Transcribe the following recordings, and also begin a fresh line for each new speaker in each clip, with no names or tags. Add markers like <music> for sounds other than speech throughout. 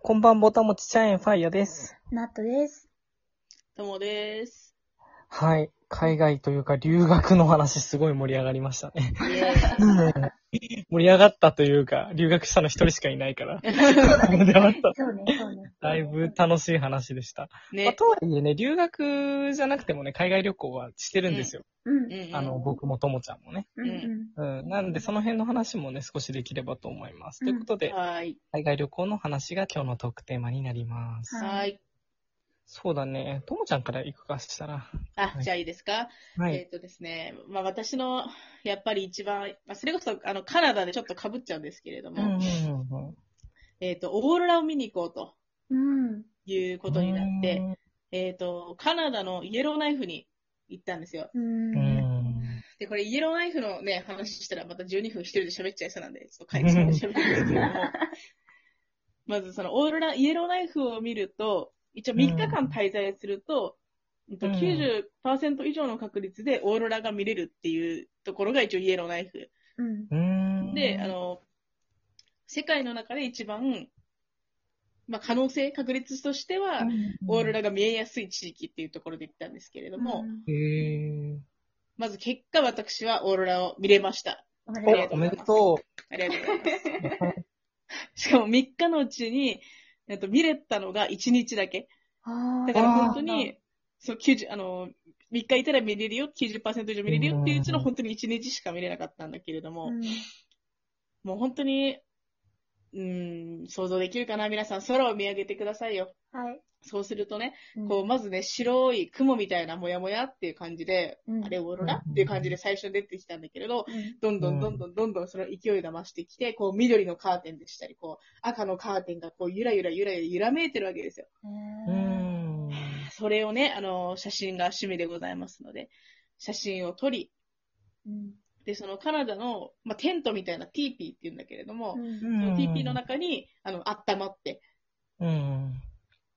こんばんぼたもちちゃえんファイヤです。
ナットです。
ともです。
はい。海外というか留学の話すごい盛り上がりましたね。
イエ
盛り上がったというか、留学したの一人しかいないから。盛り上がった
そうね、そうね。
だいぶ楽しい話でした。
ーイ。
まあ、 <laughs>
ね。
とはいえね、留学じゃなくてもね、海外旅行はしてるんですよ。
うん。
うんうん
あの、、僕もともちゃんもね。
うんうん。
うん。なんで、その辺の話もね、少しできればと思います。
うん
ということで、
はーい。
海外旅行の話が今日のトークテーマになります。
はい
はーい。
そうだね。ともちゃんから行くかしたら。
あ
は、い
じゃあいいですか、
はい。
えっ、とですね、まあ私の、やっぱり一番、まあ、それこそ、あの、カナダでちょっと被っちゃうんですけれど
うんうん
も、
うんうん
えっ、と、オーロラを見に行こうと
うん。
いうことになって、えっ、と、カナダのイエローナイフに行ったんですよ。
うん。
う
うん
ん。
で、これイエローナイフのね、話したらまた12分一人で喋っちゃいそうなんで、ちょっと帰りそうで <laughs> 喋るんですけれども、まずそのオーロラ、イエローナイフを見ると、一応3日間滞在すると、うんと
うん
90%以上の確率でオーロラが見れるっていうところが一応イエローナイフ。
うん。
うん。
で、あ、の、世界の中で一番、まあ可能性、確率としては、オーロ
ラ。
ラが見えやすい地域っていうところで行ったんですけれども、
うん、
へえ。
まず結果私はオーロラを見れました。
おめ
あり
で
が
と
と
おお
うご
め
ざいま
で
す
と
ありがとうございます。
う。
しかも3日のうちに、えっと、見れたのが1日だけ。
う。あ
だ
ー
から本当
そう
に、そう、90、あの、3日いたら見れるよ、90%以上見れるよっていううちの本当に1日しか見れなかったんだけれども、
なんだ
もう本当に、うん、想像できるかな皆さん空を見上げてくださいよ。
うん。はい。
そうするとね、
うん
こう、まずね、白い雲みたいなもやもやっていう感じで、
うん
あれ、オーロラっていう感じで最初に出てきたんだけれど、
うん。
どんどんどんどんどんどんその勢いが増してきて、こう緑のカーテンでしたり、こう赤のカーテンがこうゆらゆらゆらゆら揺らめいてるわけですよ。
う
うん。
ん。
それをね、あの、写真が趣味でございますので、写真を撮り、
うん。
で、そのカナダの、まあ、テントみたいな TP って言うんだけれども、
うん。
その TP の中に、あの、温まって、
うん。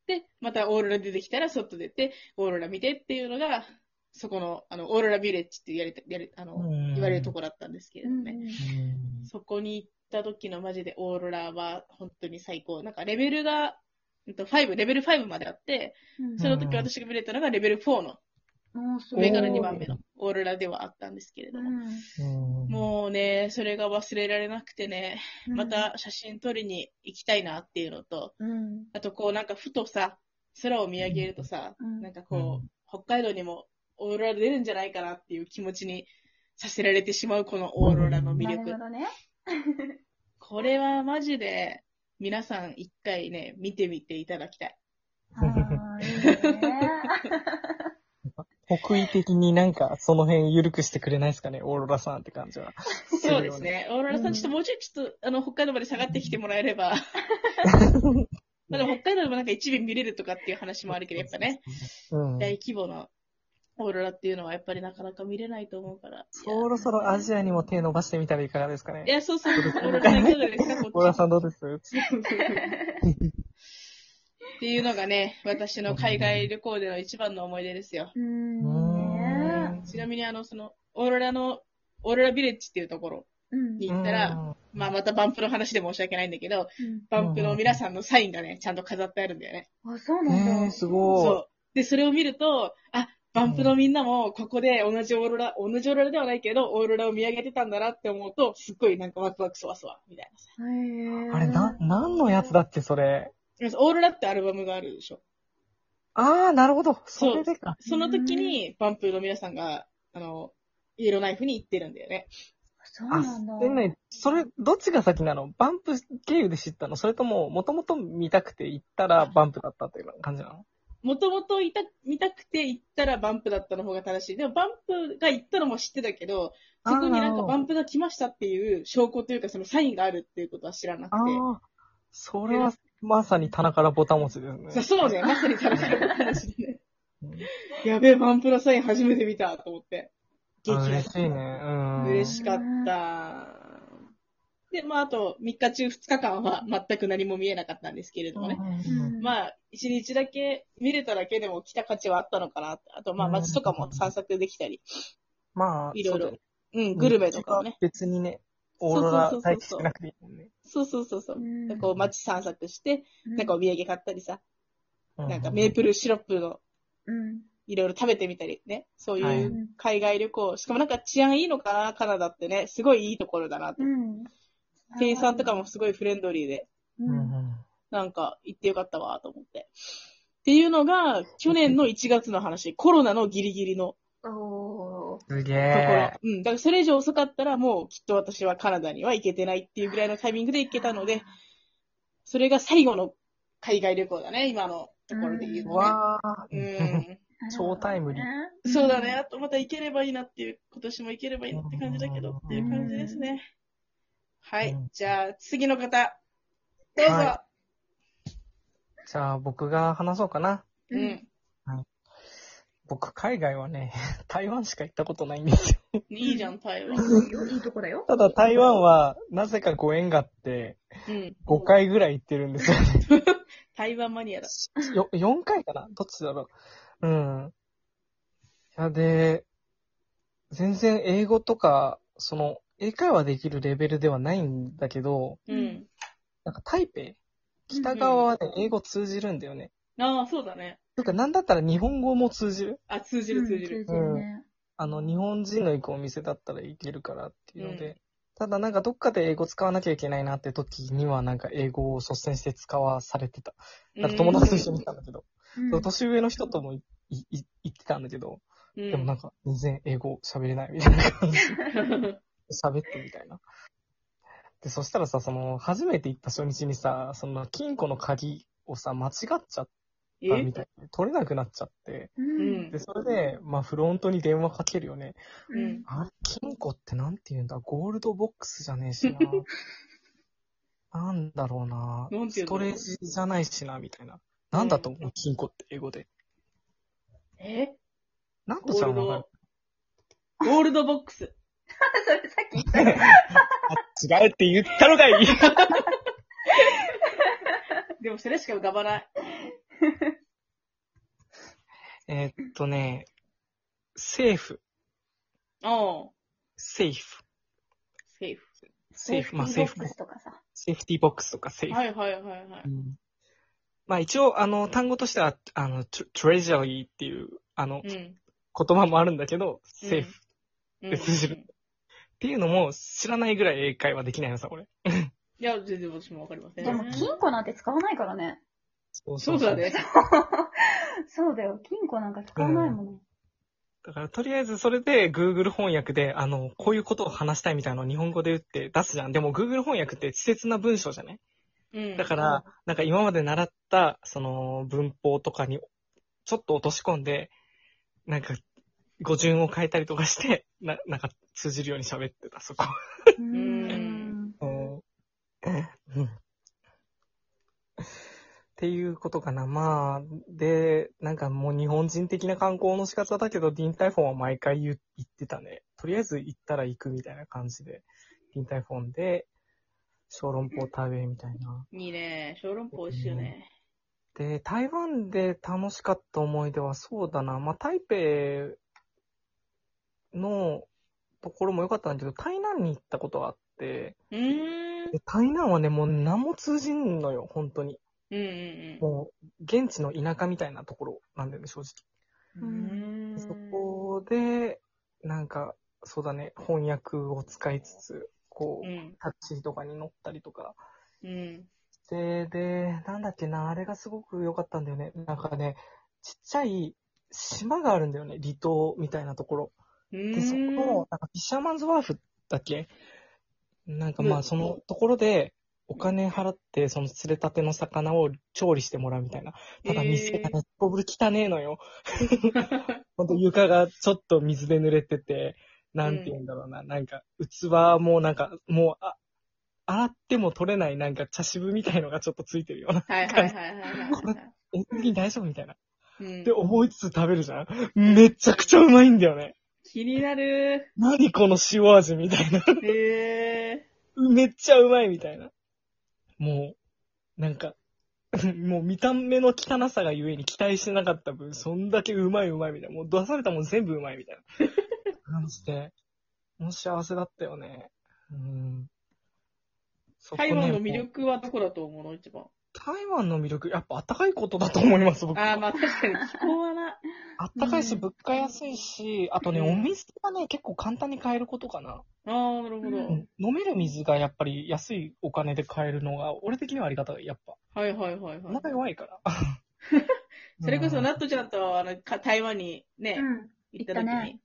で、またオーロラ出てきたら外出て、オーロラ見てっていうのが、そこの、あの、オーロラビレッジって言われて、やれあの、言われるとこだったんですけれどもね。
うん。
そこに行った時のマジでオーロラは本当に最高。なんかレベルが、うんと5、レベル5まであって、
うん。
その時私が見れたのがレベル4の、
もうすごい。
上から2
二
番目のオーロラではあったんですけれど
う
も。
ん。
うん
もうね、それが忘れられなくてね、
うん
ま。た写真撮りに行きたいなっていうのと、
うん。
あとこうなんかふとさ、空を見上げるとさ、
うん
なんかこう、北海道にもオーロラ出るんじゃないかなっていう気持ちにさせられてしまうこのオーロラの魅力。
なるほどね。
これはマジで、皆さん一回ね、見てみていただきたい。
あーいいね。
北緯的になんかその辺緩くしてくれないですかね、オーロラさんって感じは。
<laughs> そうですね。オーロラさん、ちょっともうちょいちょっと、あの、北海道まで下がってきてもらえれば。 <laughs> まあでも北海道でもなんか一部見れるとかっていう話もあるけど、やっぱね、
うん。
大規模なオーロラっていうのはやっぱりなかなか見れないと思うから。
そろそろアジアにも手伸ばしてみたらいかがですか
い
ね。
や、そうそう、 <laughs> オーロラさんいかがですか、こっち
オーロラさんどう
<laughs>
です
っていうのがね、私の海外旅行での一番の思い出ですよ。
うん。 <laughs> ね
ちなみにあの、その、オーロラの、オーロラビレッジっていうところ
うん。
に行ったら、まあまたバンプの話で申し訳ないんだけど、
うん
バンプの皆さんのサインがね、ちゃんと飾ってあるんだよね。
あ、そう
うん、
なん
ねえ、
だ。
すご
そう。で、それを見ると、あ、バンプのみんなもここで同じオーロラ、同じオーロラではないけど、オーロラを見上げてたんだなって思うと、すっごいなんかワクワクそわそわ、みたいなさ。
へー
い。あれ、な、何のやつだっけ、それ。
オーロラってアルバムがあるでしょ。
あー、なるほど。それでか。
その時に、バンプの皆さんが、あの、イエローナイフに行ってるんだよね。
そう
あ
なんだ。
でね、それ、どっちが先なのバンプ経由で知ったのそれとも、もともと見たくて行ったらバンプだったという感じなの
もともといた、見たくて行ったらバンプだったの方が正しい。でもバンプが行ったのも知ってたけど、そこになんかバンプが来ましたっていう証拠というかそのサインがあるっていうことは知らな
あ
くて。
あ、それはまさに棚からボタン持ちですね。
そうそうね、まさに楽しかったかもしれ
<laughs>
ない。
うん
やべえ、バンプのサイン初めて見たと思っ
あ
て。激
嬉しいね。うん。
嬉しかった。で、まああと3日中2日間は全く何も見えなかったんですけれどもね。
うん
あ、
まあ、一日だけ見れただけでも来た価値はあったのかな。あと、まあ、街とかも散策できたり、
まあ、
いろいろ
そうだね
うん、グルメとかもね。。
別にね、オーロラ
そうそうそうそう
待機してなくていいもんね。
そうそうそうそう。
ん
こう街散策して、
うん
なんかお土産買ったりさ、
う
なんかメープルシロップの
うん。
いろいろ食べてみたりね、そう
は
いう
い
うん
海外旅行、しかもなんか治安いいのかな、カナダってね、すごいいいところだなと。
うん。
店員さんとかもすごいフレンドリーで、
う。
うんん
なんか行ってよかったわ、と思って。っていうのが、去年の1月の話、コロナのギリギリの
おー。
すげ
ところ。
え。
うん。だからそれ以上遅かったら、もうきっと私はカナダには行けてないっていうぐらいのタイミングで行けたので、それが最後の海外旅行だね、今のところで言う
う
とね。
わあ。
うん。
超タイムリー
ー
そうだね。。あとまた行ければいいなっていう、今年も行ければいいなって感じだけどっていう感じですね。は
う
い
ん。
じゃあ次の方、どうぞ。
は <laughs> じゃあ僕が話そうかな。
う。
うんん。
僕、海外はね、 <laughs> 台湾しか行ったことないんですよ。
いいじゃん、台湾。
いいよいいとこだよ。
ただ台湾は、なぜかご縁があって、
うん。
5回ぐらい行ってるんですよ。
台湾マニアだ。
よ4回かなどっちだろう。うん。いや、で、全然英語とか、その、英会話できるレベルではないんだけど、
うん。
なんか台北北側はね、英語通じるんだよね。
ああ、そうだね。
てか、なんだったら日本語も通じる。
あ、通じ
う
る
ん
通じる。
通じるね。
あの、日本人の行くお店だったら行けるからっていうので、
うん
ただなんかどっかで英語使わなきゃいけないなって時にはなんか英語を率先して使わされてた。なんか友達と一緒に行ったんだけど、
うん
年上の人ともいいい行ってたんだけど、
うん。
でもなん
か。
か全然英語喋れないみ <laughs> たいな感じ。喋ってみたいな。で、そしたらさ、その、初めて行った初日にさ、その金庫の鍵をさ、間違っちゃっ
え
たみたいで、取れなくなっちゃって、
う。
うんん
で、。それで、まあフロントに電話かけるよね。
うん。
あれ、金庫ってなんて言うんだゴールドボックスじゃねえしな。
<laughs>
なんだろうな
なん。て言
ス
うんだろ
ト
う
レージじゃないしな、みたいな。なんだと思う、金庫って英語で。
え
なんと
ゴ
ち
ー
ゃ
ル
んわか
ド、 <laughs> ゴールドボックス。
それさっき言った
る。違うって言ったのかい
でもそれしか浮かばない。
<laughs> えーっとね、セーフ、
おう
セーフ、
セーフ。
セーフ、まあセーフ
ボッ、クスとかさ。
セーフティーボックスとかセーフ。
はいはいはいは
う
い。
んまあ一応、あの、単語としては、あの、トゥレジャリーっていう、あの、
うん。
言葉もあるんだけど、セーフ。
うん
で通じるっていうのも知らないぐらい英会話できないのさ、俺。
いや、全然私もわかりません。
でも金庫なんて使わないからね。
そう
そうだ。ね。
そうだよ。金庫なんか使わないもん。
だからとりあえずそれで Google 翻訳で、あの、こういうことを話したいみたいなのを日本語で打って出すじゃん。でも Google 翻訳って稚拙な文章じゃない
うん。
だから、なんか今まで習った、その、文法とかに、ちょっと落とし込んで、なんか、語順を変えたりとかして、 <laughs> な、なんか通じるように喋ってた、そこ。
う
うん
ん。
うんっていうことかな。まあ、で、なんかもう日本人的な観光の仕方だけど、ディンタイフォンは毎回言う言ってたね。とりあえず行ったら行くみたいな感じで、ディンタイフォンで、小籠包食べみたいな。
いいね。小籠包美味しいよね。
で、台湾で楽しかった思い出はそうだな。まあ、台北のところも良かったんだけど、台南に行ったことがあって、
うーん。
で台南はね、もう何も通じんのよ、本当に。
うんうん
もう、現地の田舎みたいなところなんだよね、正
う
直。
ん。
そこで、なんか、そうだね、翻訳を使いつつ、こ
う
う、
ん。
タッチとかに乗ったりとか
うん。
して、で、なんだっけな、あれがすごく良かったんだよね。なんかね、ちっちゃい島があるんだよね、離島みたいなところ。
う
で、そこ
ーん。
の、なんか、フィッシャーマンズワーフだっけなんかま
う
あ、
ん
そのところで、お金払って、その釣れたての魚を調理してもらうみたいな。ただ店がね、ボブル汚ねえのよ。 <laughs> ほんと床がちょっと水で濡れてて、なんて言うんだろうな。なんか、器もなんか、もう、あ、洗っても取れないなんか茶渋みたいのがちょっとついてるような。
はいはいはいはいはい
こ
はい。
え、次大丈夫みたいな。
うん
で、思いつつ食べるじゃんめちゃくちゃうまいんだよね。
気になる。
何この塩味みたいな。
え
めっちゃうまいみたいな。もう、なんか、 <laughs> もう見た目の汚さがゆえに期待してなかった分、そんだけうまいうまいみたいな。もう出されたもん全部うまいみたいな。感じで。もう幸せだったよね。うんそこね
台湾の魅力はどこだと思うの一番。
台湾の魅力、やっぱ暖かいことだと思います、僕。
ああ、
あ
まあ確かに気候はな。
ったかいし、
うん
物価安いし、あとね、
うん
お水がね、結構簡単に買えることかな。
ああ、なる
う
ほど。
うん飲める水がやっぱり安いお金で買えるのが、俺的にはありがたい、やっぱ。
はいはいはい
お
はい。
腹弱い
<laughs>
から。
それこそ、
うん
ナットちゃんと、あの、か台湾にね、
うん。
行った時
行った
に
ね。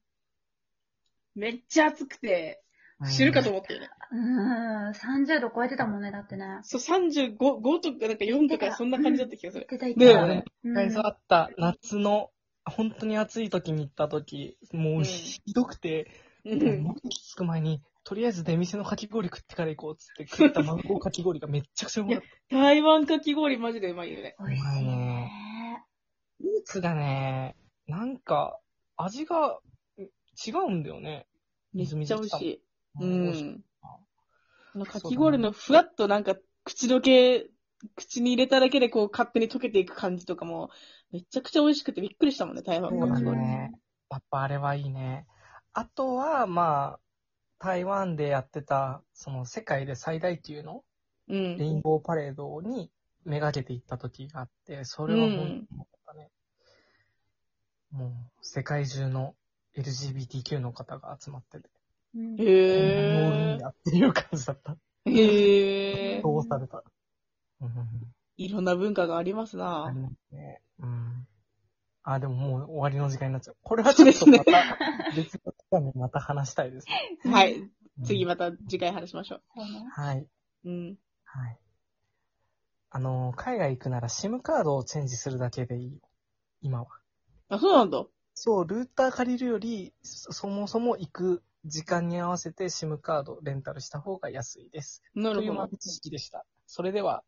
めっちゃ暑くて、死ぬかと思ったよね。
うーん、30度超えてたもんね、だってね。
そう、35、5とか、なんか4とか、そんな感じだった気がする。
出た行っ
ね
て
え
た。
ね
う
一
ん
回そうあった、夏の、本当に暑い時に行った時、も
うん
うひどくて、
う。
もうん着く前に、とりあえず出店のかき氷食ってから行こうっつって、食ったマンゴーかき氷がめっちゃくちゃうまかった。
台湾かき氷マジでうまいよね。
美味しいね。
フルーツがね、なんか、味がん違うんだよね。
めっちゃ美味し
い。
い。う
美味しい
ん。あのかき氷のふわっとなんか、口どけ、口に入れただけでこう勝手に溶けていく感じとかも、めちゃくちゃ美味しくてびっくりしたもんね、台湾
そ
の
う
か
だ
き氷。
ね。やっぱあれはいいね。あとは、まあ、台湾でやってた、その世界で最大級の
う
レイ
ん。
ンボーパレードにめがけて行った時があって、それは本当に思ったね。もう、世界中の LGBTQ の方が集まってて、
うん
モール
へ
にやっていう感じだった。
え。へえ。
どうされた。うん
いろんな文化がありますな。
ね。うん。あ、でももう終わりの時間になっちゃう。これはち
そう
ょ
で
っとま
すね
た、別の機会にまた話したいです、ね。
はい。次
は。
また次回話しましょ
そうね
はい。
う。うん。
はい。あの、海外行くなら SIM カードをチェンジするだけでいいよ。今は。
あ、そうなんだ。
そう、ルーター借りるより、そそもそも行く時間に合わせて SIM カードレンタルした方が安いです。
な
と
る
いう
ほど
豆。知識でした。それでは、